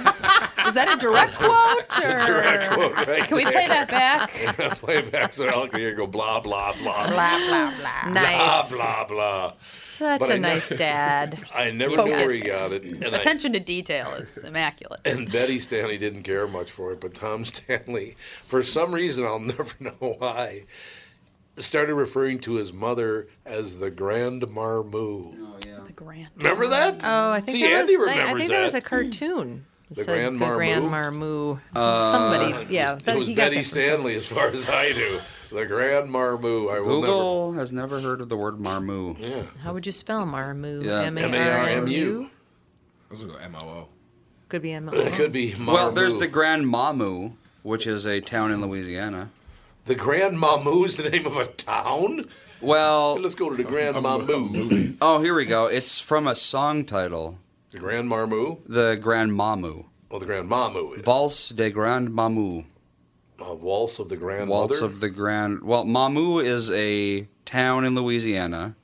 Is that a direct quote? Or... Direct quote right Can we play that back? back? play it back so I'll hear you go blah blah blah Blah, blah, blah. blah Nice. blah blah. Such But a I know- nice dad. I never knew where he Focused. got it, and I Attention to detail is immaculate. And Betty Stanley didn't care much for it, but Tom Stanley, for some reason, I'll never know why, started referring to his mother as the Grand Marmoo. The grand. Remember that? Oh, I think See, that Andy was, I- remembers I think that. that was a cartoon. It The said Grand Uh, the Grand Marmoo. Somebody, yeah. it that- was you got Betty that from Stanley, as far as I knew. The Grand Marmoo. I will Google has never heard of the word never. marmoo. Yeah. somewhere. How would you spell Marmoo? Yeah. M A R M U. Let's go M O O. Could be M O. It could be Marmoo. Well, there's the Grand Mamu, which is a town in Louisiana. the Grand Mamoo's the name of a town. Well, Let's go to the Grand Mamoo. oh, here we go. It's from a song title, the Grand Marmoo. The Grand Mamu. Well, the Grand Mamoo is Valse de Grand Mamu. a waltz of the Grand Waltz Mother. of the Grand. Well, Mamu is a town in Louisiana,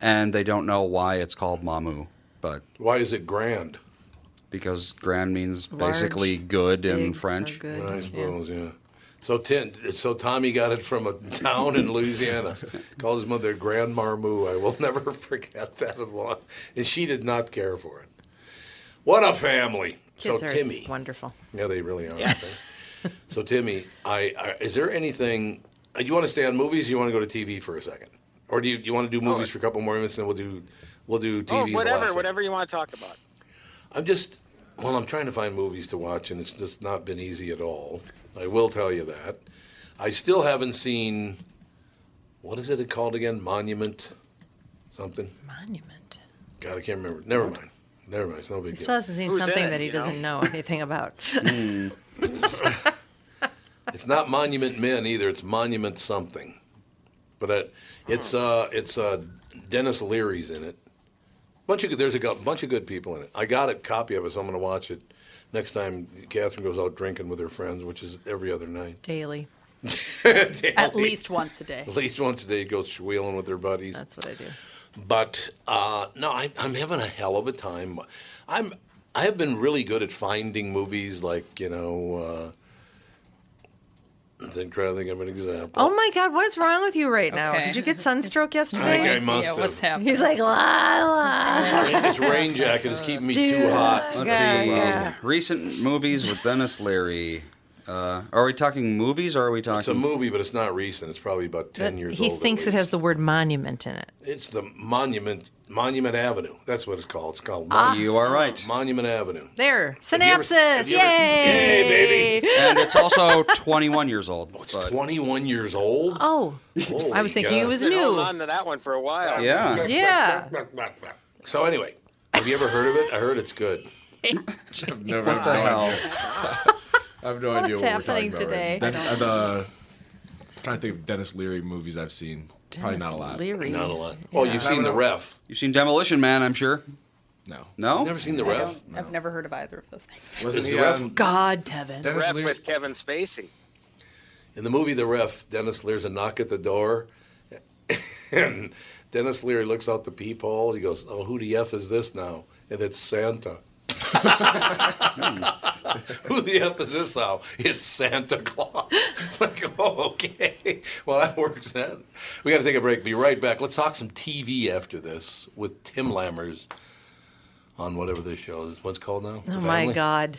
and they don't know why it's called Mamu, but Why is it grand? because grand means Large, basically good in big, or French. good, I yeah. suppose, yeah. So ten, so Tommy got it from a town in Louisiana. Called his mother Grand Marmoo. I will never forget that as long. And she did not care for it. What a family. Kids so are Timmy. wonderful. Yeah, they really are. aren't they? so Timmy, I, I is there anything? Do you want to stay on movies? Or you want to go to TV for a second, or do you, do you want to do movies for a couple more minutes, and we'll do we'll do TV? the Oh, last whatever, thing? whatever you want to talk about. I'm just, well, I'm trying to find movies to watch, and it's just not been easy at all. I will tell you that. I still haven't seen, what is it called again? Monument? Something? Monument. God, I can't remember. Never mind. Never mind. It's no He big still deal. hasn't seen Who's something that, that he you know? doesn't know anything about. Mm. It's not Monument Men either. It's Monument Something. But uh, it's uh, it's uh, Dennis Leary's in it. Bunch of good, there's a go- bunch of good people in it. I got a copy of it, so I'm going to watch it next time Catherine goes out drinking with her friends, which is every other night. Daily. At least once a day. At least once a day, go squealing with their buddies. That's what I do. but uh, no, I, I'm having a hell of a time. I'm I have been really good at finding movies like you know. Uh, I'm trying to think of an example. Oh my God, what is wrong with you right now? Okay. Did you get sunstroke I think yesterday? I must yeah, have. what's happening? He's like, la la. It's rain jacket. It's keeping me too Uh, Dude. hot. Let's Yeah, see. um, yeah. Recent movies with Dennis Leary. Uh, are we talking movies or are we talking? It's a movie, but it's not recent. It's probably about ten years He old. at thinks it has least. the word monument in it. It's the Monument Monument Avenue. That's what it's called. It's called Mon- Ah. You are right. Monument Avenue. There, you ever- synapses. have you ever- Yay! Yay, baby. and it's also 21 years old. Oh, It's but- 21 years old. Oh, I was thinking it was Been holding new. on to that one for a while. yeah. Yeah. So anyway, Have you ever heard of it? I heard it's good. I've never, what the hell? I have no What's idea what happening we're talking today? about. right now. I Den- uh, the- I'm trying to think of Dennis Leary movies I've seen. Probably not a lot. Leary. Not a lot. Well, you've seen The Ref. You've seen Demolition Man, I'm sure. No. No? Never seen The I Ref. don't- I've never heard of either of those things. Wasn't Is he the ref- on God, Tevin. Dennis Rep Leary? with Kevin Spacey. In the movie The Ref, Dennis Leary's a knock at the door, and Dennis Leary looks out the peephole. He goes, "Oh, who the f is this now?" And it's Santa. who the f is this now? It's Santa Claus. like, oh, okay. Well, that works then. We got to take a break. Be right back. Let's talk some TV after this with Tim Lammers on whatever this show is. What's it called now? Oh The my Family? God.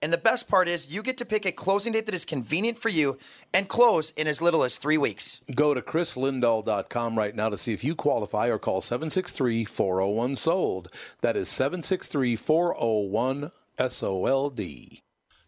And the best part is, you get to pick a closing date that is convenient for you and close in as little as three weeks. Go to chrislindahl.com right now to see if you qualify or call 763 401 SOLD. That is 763 401 SOLD.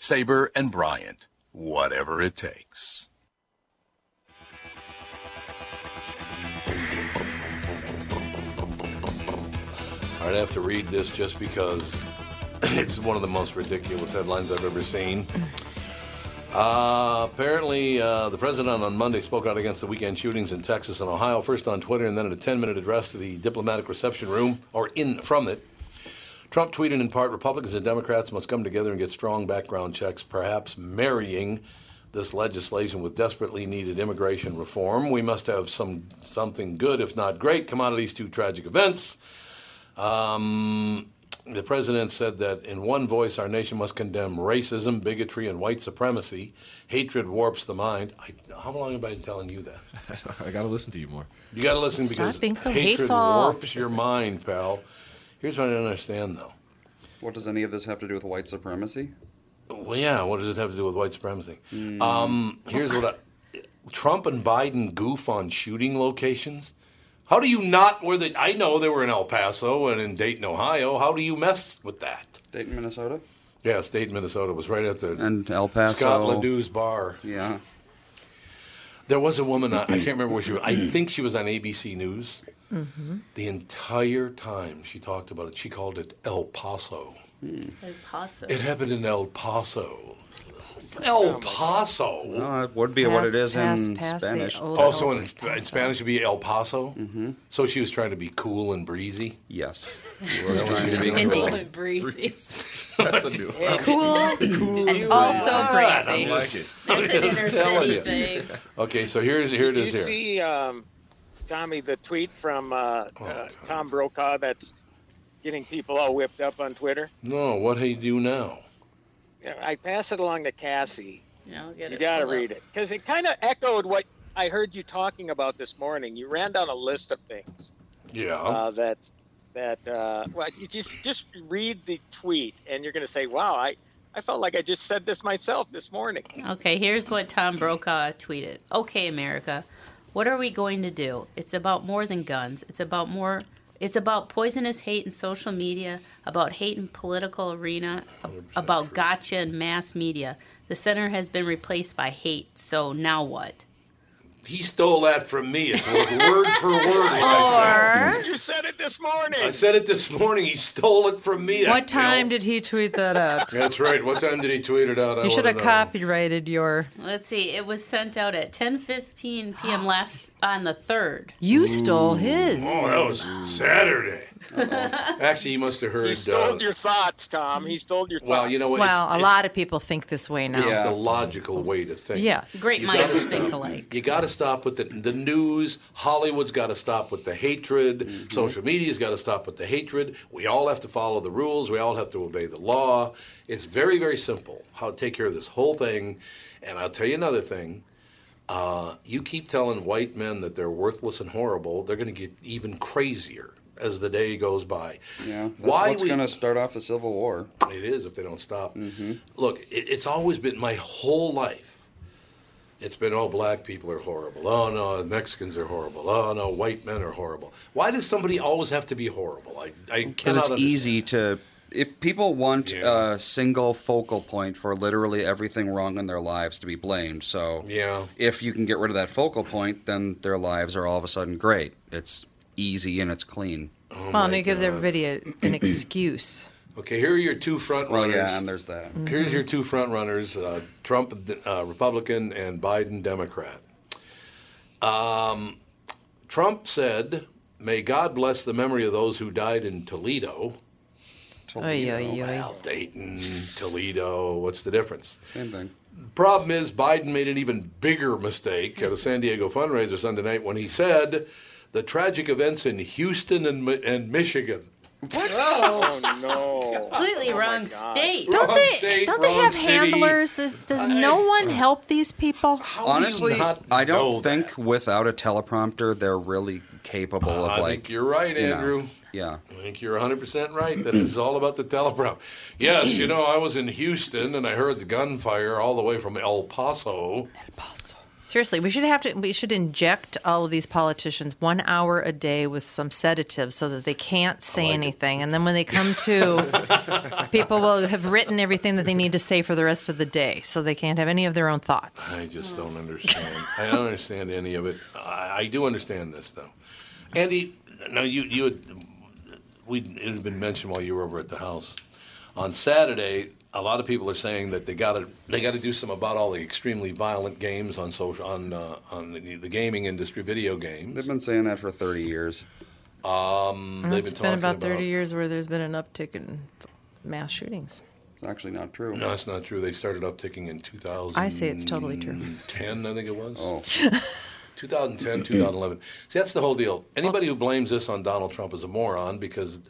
Sabre and Bryant, whatever it takes. I'd have to read this just because it's one of the most ridiculous headlines I've ever seen. Uh, apparently, uh, the president on Monday spoke out against the weekend shootings in Texas and Ohio, first on Twitter and then in a 10 minute address to the diplomatic reception room, or in from it. Trump tweeted in part Republicans and Democrats must come together and get strong background checks, perhaps marrying this legislation with desperately needed immigration reform. We must have some something good, if not great, come out of these two tragic events. Um, the president said that in one voice, our nation must condemn racism, bigotry, and white supremacy. Hatred warps the mind. I, how long have I been telling you that? I gotta listen to you more. You got to listen Stop because being so hatred hateful. warps your mind, pal. Here's what I don't understand, though. What does any of this have to do with white supremacy? Well, yeah. Uh, What does it have to do with white supremacy? Um, here's what I, Trump and Biden goof on shooting locations. How do you not where they? I know they were in El Paso and in Dayton, Ohio. How do you mess with that? Dayton, Minnesota? Yeah, State, Minnesota was right at the And El Paso. Scott Ledoux's bar. Yeah. There was a woman. On, I can't remember where she was. I think she was on ABC News. Mm-hmm. The entire time she talked about it, she called it El Paso. Hmm. Like Paso. It happened in El Paso. El Paso. Well, it would be what it Pass, is pass, in pass the Spanish. old- Also, Oh, in, in Spanish, it'd be El Paso. Mm-hmm. So she was trying to be cool and breezy. Yes. Indeed, and breezy. That's a new one. Cool and also God, I crazy. like it. That's an inner telling city you. thing. Okay, so here's here Oh, it Did is you here. see, um, Tommy, the tweet from uh, uh, Tom Brokaw that's getting people all whipped up on Twitter? No, what do you do now? Yeah, I pass it along to Cassie. Yeah, I'll get You it. got to Hold up. read it because it kind of echoed what I heard you talking about this morning. You ran down a list of things Yeah. uh, that that uh, well, you just just read the tweet and you're going to say, "Wow, I." I felt like I just said this myself this morning. Okay, here's what Tom Brokaw tweeted. Okay, America, what are we going to do? It's about more than guns. It's about more. It's about poisonous hate in social media, about hate in political arena, about gotcha and mass media. The center has been replaced by hate, so now what? He stole that from me. It's word word for word. What I said. You said it this morning. I said it this morning. He stole it from me. that What time did he tweet that out? bill. That's right. What time did he tweet it out? I You should wanna have know. copyrighted your. Let's see. It was sent out at 10:15 p.m. last on the 3rd. You stole his. Oh, that was Saturday. Actually, you must have heard. uh, stole your thoughts, Tom. He stole your thoughts. Well, you know what? well, it's, a lot of people think this way now. It's the logical way to think. Yes. Great You gotta minds stop- think alike. You got to stop with the, the news. Hollywood's got to stop with the hatred. Mm-hmm. Social media's got to stop with the hatred. We all have to follow the rules. We all have to obey the law. It's very, very simple how to take care of this whole thing. And I'll tell you another thing. Uh, you keep telling white men that they're worthless and horrible, they're going to get even crazier as the day goes by. Yeah, that's Why what's we- going to start off the Civil War. Mm-hmm. It is if they don't stop. Look, it, it's always been my whole life. It's been oh, black people are horrible. Oh no, Mexicans are horrible. Oh no, white men are horrible. Why does somebody always have to be horrible? I, I Because cannot. it's under- easy to. If people want a single focal point for literally everything wrong in their lives to be blamed, so Yeah. if you can get rid of that focal point, then their lives are all of a sudden great. It's easy and it's clean. Oh well, and it gives everybody a, an excuse. Okay, here are your two front Well, runners. yeah, and there's that. Here's Mm-hmm. your two front runners: uh, Trump, uh, Republican, and Biden, Democrat. Um, Trump said, "May God bless the memory of those who died in Toledo." Oy, oy, oy. Well, Dayton, Toledo, what's the difference? Same thing. Problem is, Biden made an even bigger mistake at a San Diego fundraiser Sunday night when he said the tragic events in Houston and, Mi- and Michigan. Oh no! Completely wrong state. Don't Don't Wrong they they- state, don't don't they they wrong have have city. handlers? handlers? Does, no one help these people? Honestly, I don't think without a teleprompter they're really capable of Ah, I like. think you're right, you know, Andrew. yeah. I think you're 100% right that it's all about the teleprompter. Yes, you know, I was in Houston and I heard the gunfire all the way from El Paso. Seriously, we should have to. We should inject all of these politicians one hour a day with some sedative so that they can't say anything, and then when they come to, people will have written everything that they need to say for the rest of the day, so they can't have any of their own thoughts. I just don't understand. I don't understand any of it. I, I do understand this though, Andy. No, you you had we it had been mentioned while you were over at the house on Saturday. A lot of people are saying that they got to they got to do some about all the extremely violent games on social on uh, on the, the gaming industry, video games. They've been saying that for 30 years. Um, And they've it's been talking about thirty years where there's been an uptick in mass shootings. It's actually not true. No, it's not true. They started upticking in 2000. I say it's totally true. Mm. 10, I think it was. Oh. 2010, 2011. See, that's the whole deal. Anybody who blames this on Donald Trump is a moron because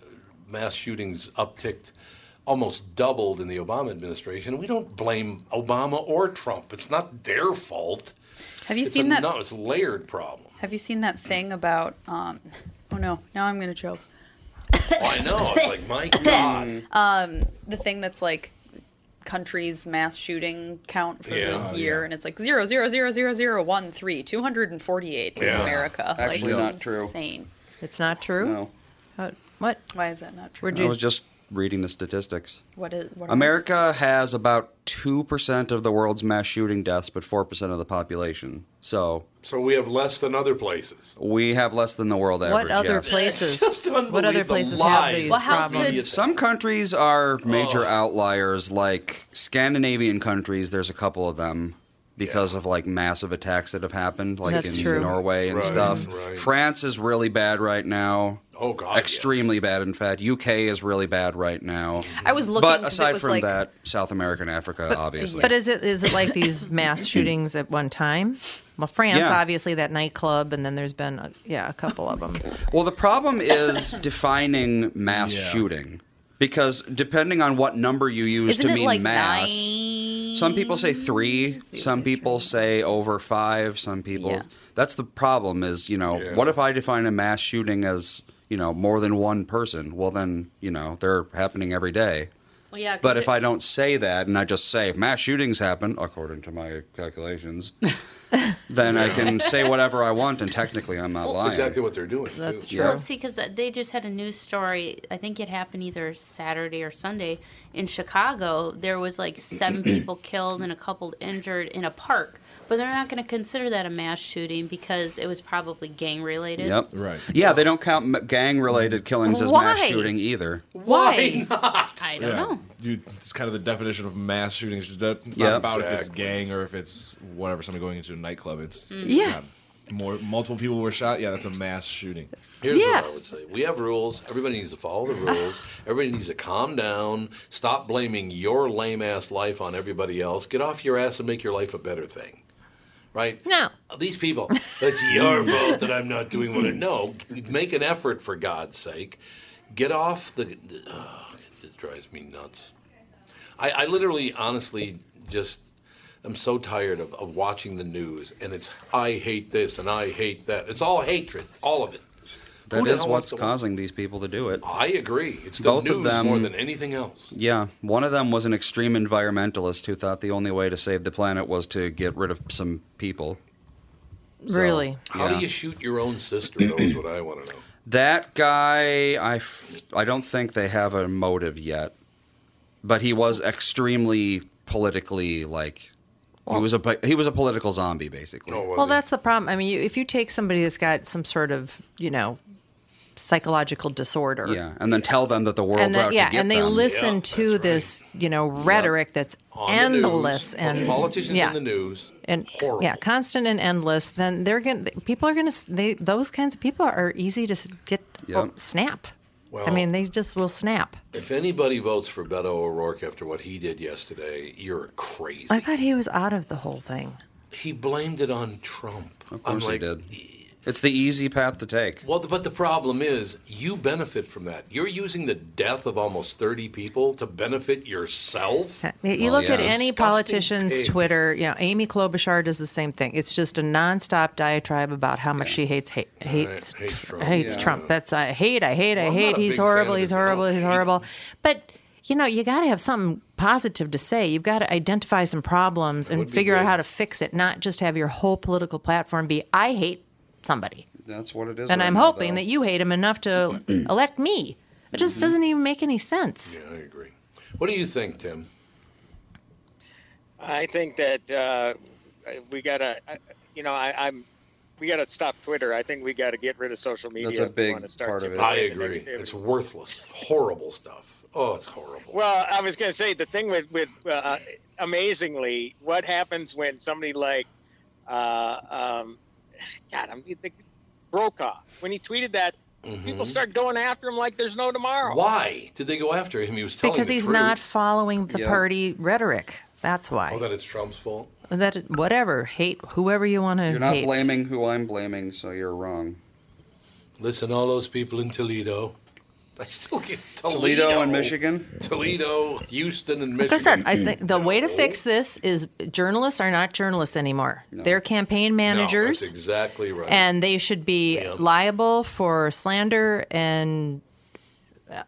mass shootings upticked almost doubled in the Obama administration. We don't blame Obama or Trump. It's not their fault. Have you It's seen a- that? No, it's a layered problem. Have you seen that thing about? Um, oh no! Now I'm gonna choke. Oh, I know. It's like, my God. Um, the thing that's like countries mass shooting count for Oh, Yeah. the year, and it's like zero zero zero zero zero one three two hundred and forty eight Yeah. in America. Actually like, not it's true. Insane. It's not true. No. How- what? Why is that not true? I was just reading the statistics. What is- what are- America has about 2% of the world's mass shooting deaths, but 4% of the population. So So we have less than other places. we have less than the world What average. other yes. places? Just what other unbelievable places have lies. these Well, how problems? could- Some countries are major outliers, like Scandinavian countries. There's a couple of them because of like massive attacks that have happened, like That's in true. Norway and Right, stuff. right. France is really bad right now. Oh God, extremely bad. In fact, UK is really bad right now. I was looking but 'cause it aside was from like- that, South America and Africa, obviously. But is it is it like these mass shootings at one time? Well, France, Yeah. obviously, that nightclub, and then there's been a, yeah a couple of them. Well, the problem is defining mass Yeah. shooting because depending on what number you use Isn't to it mean like mass, nine? some people say three, some people say over five, some people. That's the problem. Is you know what if I define a mass shooting as you know more than one person? Well, then you know they're happening every day. Well, yeah, 'cause But if it- I don't say that and I just say mass shootings happen according to my calculations, then I can say whatever I want, and technically I'm not That's lying. exactly what they're doing. too. That's Yeah. Well, see, because they just had a news story. I think it happened either Saturday or Sunday in Chicago. There was like seven people killed and a couple injured in a park. But they're not going to consider that a mass shooting because it was probably gang related. Yep. Right. Yeah, they don't count gang related killings as mass Why? shooting either. Why not? I don't Yeah. know. Dude, it's kind of the definition of mass shootings. It's not Yeah. about if it's Exactly. gang or if it's whatever, somebody going into a nightclub. It's Mm. Yeah. God, more multiple people were shot. Yeah, that's a mass shooting. Here's what I would say. We have rules. Everybody needs to follow the rules. Everybody needs to calm down. Stop blaming your lame ass life on everybody else. Get off your ass and make your life a better thing. Right? No. These people, it's your fault that I'm not doing what I know. Make an effort for God's sake. Get off the. the oh, it drives me nuts. I, I literally, honestly, just am so tired of, of watching the news, and it's I hate this and I hate that. It's all hatred, all of it. Who That the is hell wants what's to- causing these people to do it. I agree. It's the Both news of them- more than anything else. Yeah, one of them was an extreme environmentalist who thought the only way to save the planet was to get rid of some people. So, Really? How yeah. do you shoot your own sister? That was what I want to know. That guy, I, f- I don't think they have a motive yet, but he was extremely politically like he was a po- he was a political zombie basically. Oh, Well, that's the problem. I mean, you, if you take somebody that's got some sort of, you know, psychological disorder, yeah, and then tell them that the world's and then, out yeah, to get and they them. listen to this, you know, rhetoric that's On the news, endless and politicians yeah. in the news. and Horrible. yeah, constant and endless. Then they're going. to People are going to. They those kinds of people are easy to s- get Yeah. oh, snap. Well- I mean, they just will snap. If anybody votes for Beto O'Rourke after what he did yesterday, you're crazy. I thought he was out of the whole thing. He blamed it on Trump. Of course I'm they like, did. It's the easy path to take. Well, but the problem is, you benefit from that. You're using the death of almost 30 people to benefit yourself. Yeah, You look at any politician's Twitter. You know, Amy Klobuchar does the same thing. It's just a nonstop diatribe about how much she hates hate, hates hates Trump. hates Trump. That's I hate. I hate. I Well, I'm hate. not a He's big fan horrible. of He's his. I don't horrible. He's hate horrible. But you know, you got to have something positive to say. You've got to identify some problems and be figure out good. how to fix it. Not just have your whole political platform be I hate somebody, That's what it is. and right I'm now, hoping though. that you hate him enough to elect me. It just Mhm. doesn't even make any sense. I agree. What do you think, Tim? I think that uh, we gotta, I- you know, I, I'm, we gotta stop Twitter. I think we gotta get rid of social media. That's a if we big wanna start part of it. generating I agree. negativity. It's worthless, horrible stuff. Oh, it's horrible. Well, I was gonna say the thing with with uh, amazingly, what happens when somebody like, uh, um, God, I'm the, Brokaw when he tweeted that, people start going after him like there's no tomorrow. Mm-hmm. Why did they go after him? He was telling Because the he's truth. not following the Yeah. party rhetoric. That's why. Oh, that it's Trump's fault. that whatever hate whoever you want to. You're not hate. blaming who I'm blaming, so you're wrong. Listen, all those people in Toledo. I still get Toledo, Toledo and Michigan? Toledo, Houston, and Like Michigan. I said, I think the way to fix this is journalists are not journalists anymore. They're campaign managers, No, that's exactly right. and they should be liable for slander and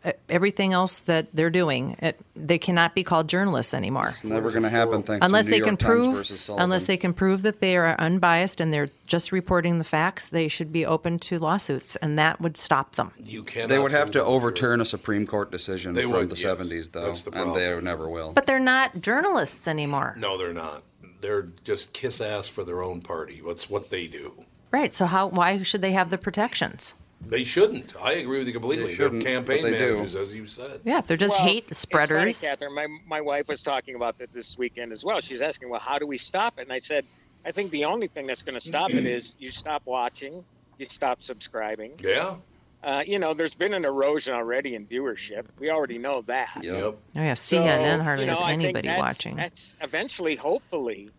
uh, everything else that they're doing. It, they cannot be called journalists anymore. It's never going to happen. Thanks unless to New they can York Times prove versus Sullivan. unless they can prove that they are unbiased and they're just reporting the facts, they should be open to lawsuits, and that would stop them. you cannot. They would have sue to them. overturn a Supreme Court decision They from would, the yes. 70s, though, That's the and problem. they never will. But they're not journalists anymore, No, they're not. They're just kiss ass for their own party. What's what they do. right? So how why should they have the protections? They shouldn't. I agree with you completely. They are shouldn't, but campaign they do. managers, as you said. Yeah, if they're just Well, hate spreaders. It's funny, Catherine. My, my wife was talking about that this weekend as well. She's asking, well, how do we stop it? And I said, I think the only thing that's going to stop it is you stop watching, you stop subscribing. Yeah. Uh, you know, there's been an erosion already in viewership. We already know that. Yep. Oh yeah, So, CNN hardly you know, has I think anybody that's- watching. That's eventually, hopefully,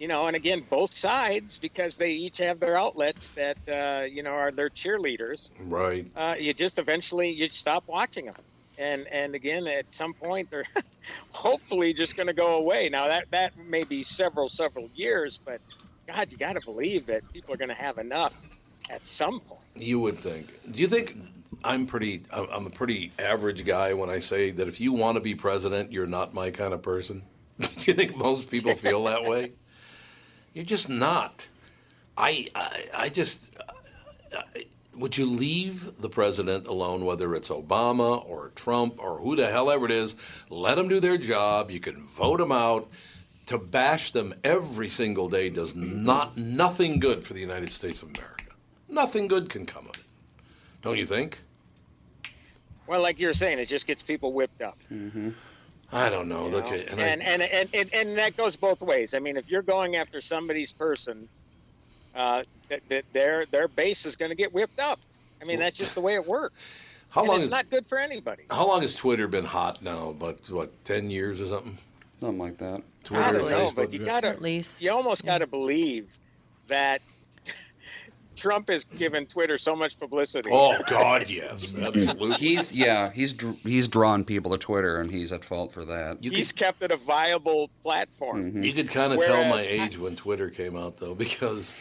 you know, and again, both sides because they each have their outlets that uh, you know are their cheerleaders. Right. Uh, you just eventually you stop watching them, and and again, at some point, they're hopefully just going to go away. Now that that may be several several years, but God, you got to believe that people are going to have enough at some point. You would think. Do you think I'm pretty? I'm I'm a pretty average guy when I say that if you want to be president, you're not my kind of person. Do you think most people feel that way? You're just not. I I, I just. I, would you leave the president alone, whether it's Obama or Trump or who the hell ever it is? Let them do their job. You can vote them out. To bash them every single day does not nothing good for the United States of America. Nothing good can come of it, don't you think? Well, like you're saying, it just gets people whipped up. Mm-hmm. I don't know. you Oh, Look, know? at, and, I- and, and, and, and and that goes both ways. I mean, if you're going after somebody's person, uh, th- th- their their base is going to get whipped up. I mean, that's just the way it works. How And long It's is- not good for anybody. how long has Twitter been hot now? About what, ten years or something? Something like that. Twitter I don't and know, Facebook. but you gotta at least you almost gotta believe that Trump has given Twitter so much publicity. Oh, yes, He's yeah, he's dr- he's drawn people to Twitter, and he's at fault for that. He's kept it a viable platform. Mm-hmm. You could kind of tell my Whereas- age when Twitter came out, though, because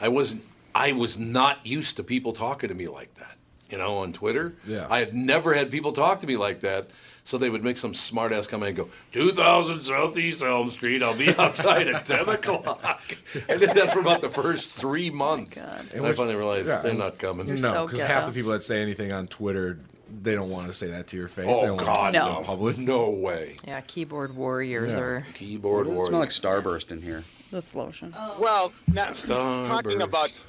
I wasn't. I was not used to people talking to me like that. You know, on Twitter, Yeah. I had never had people talk to me like that. So they would make some smart ass comment and go, 2000 Southeast Elm Street, I'll be outside at 10 o'clock. I did that for about the first three months. And and I which- finally realized yeah, they're and- not coming. Oh No, because half the people that say anything on Twitter, they don't want to say that to your face. Oh, they don't God, want to say it no. in public. No way. Yeah, keyboard warriors Yeah. are. Keyboard It warrior. smells like Starburst in here. This lotion. Well, now, talking Starburst. about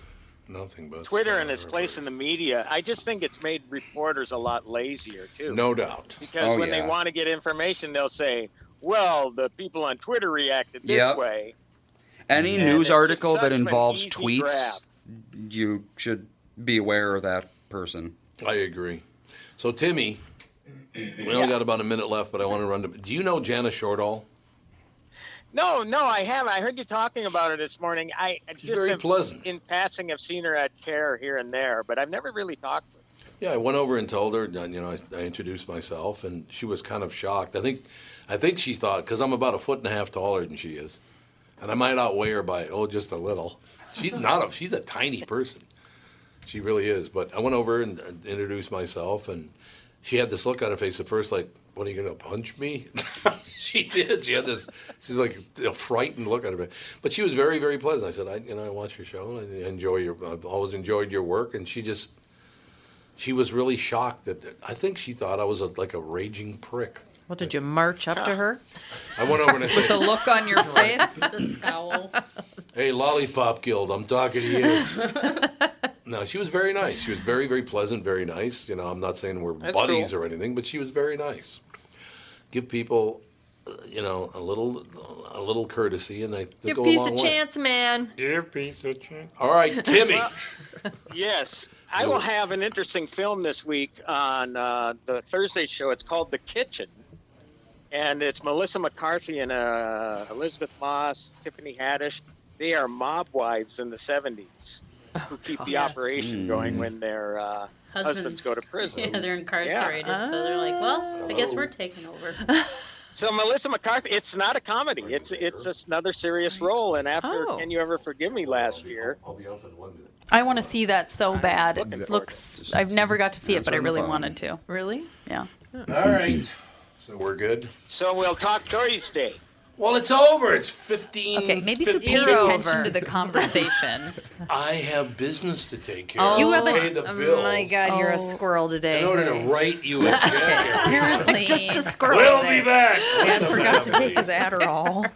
Nothing but Twitter and its place in the media, I just think it's made reporters a lot lazier too. No doubt. Because Oh, when yeah. they want to get information, they'll say, "Well, the people on Twitter reacted this Yep. way." Any And it's news just article such that an involves easy tweets, you should be aware of that person. I agree. So Timmy, we only got about a minute left, but I want to run to. Do you know Janice Shortall? No, no, I haven't. I heard you talking about her this morning. I I just very have- pleasant. in passing. I've seen her at Care here and there, but I've never really talked. with Yeah, I went over and told her. and, You know, I, I introduced myself, and she was kind of shocked. I think, I think she thought because I'm about a foot and a half taller than she is, and I might outweigh her by oh just a little. She's not a. She's a tiny person. She really is. But I went over and uh, introduced myself, and she had this look on her face at first, like, "What are you going to punch me?" she did. She had this. She's like a frightened look on her face, but she was very, very pleasant. I said, "I, you know, I watch your show and I enjoy your. I've always enjoyed your work." And she just, she was really shocked that I think she thought I was a, like a raging prick. Well, did you march up to her? I went over and I With said, the look on your face, the scowl. "Hey, Lollipop Guild, I'm talking to you." No, she was very nice. She was very, very pleasant, very nice. You know, I'm not saying we're That's buddies cool. or anything, but she was very nice. Give people, uh, you know, a little, a little courtesy, and they, they Give go a peace long a way. chance, man. Give peace a chance. All right, Timmy. Yes, I will have an interesting film this week on uh, the Thursday show. It's called The Kitchen, and it's Melissa McCarthy and uh, Elizabeth Moss, Tiffany Haddish. They are mob wives in the '70s who keep the Yes. operation going when their uh, husbands. go to prison. Yeah, they're incarcerated, Yeah. so they're like, well, I guess Oh. Hello. we're taking over. So Melissa McCarthy, it's not a comedy. It's it's just another serious role. And after Oh. Can You Ever Forgive Me last year, I want to see that so bad. looking It forward looks. I've never got to see Yeah, it, it's but I on the really phone. wanted to. Really? Yeah. All right. So we're good. so we'll talk Thursday. Well, it's over. It's 15. Okay, maybe if you 15 paid attention to the conversation. I have business to take care of. Oh. You have pay the bills. Oh my God, you're a squirrel today. In order to write you a check. Apparently, Just a squirrel. we'll be back. Dad forgot to take his Adderall.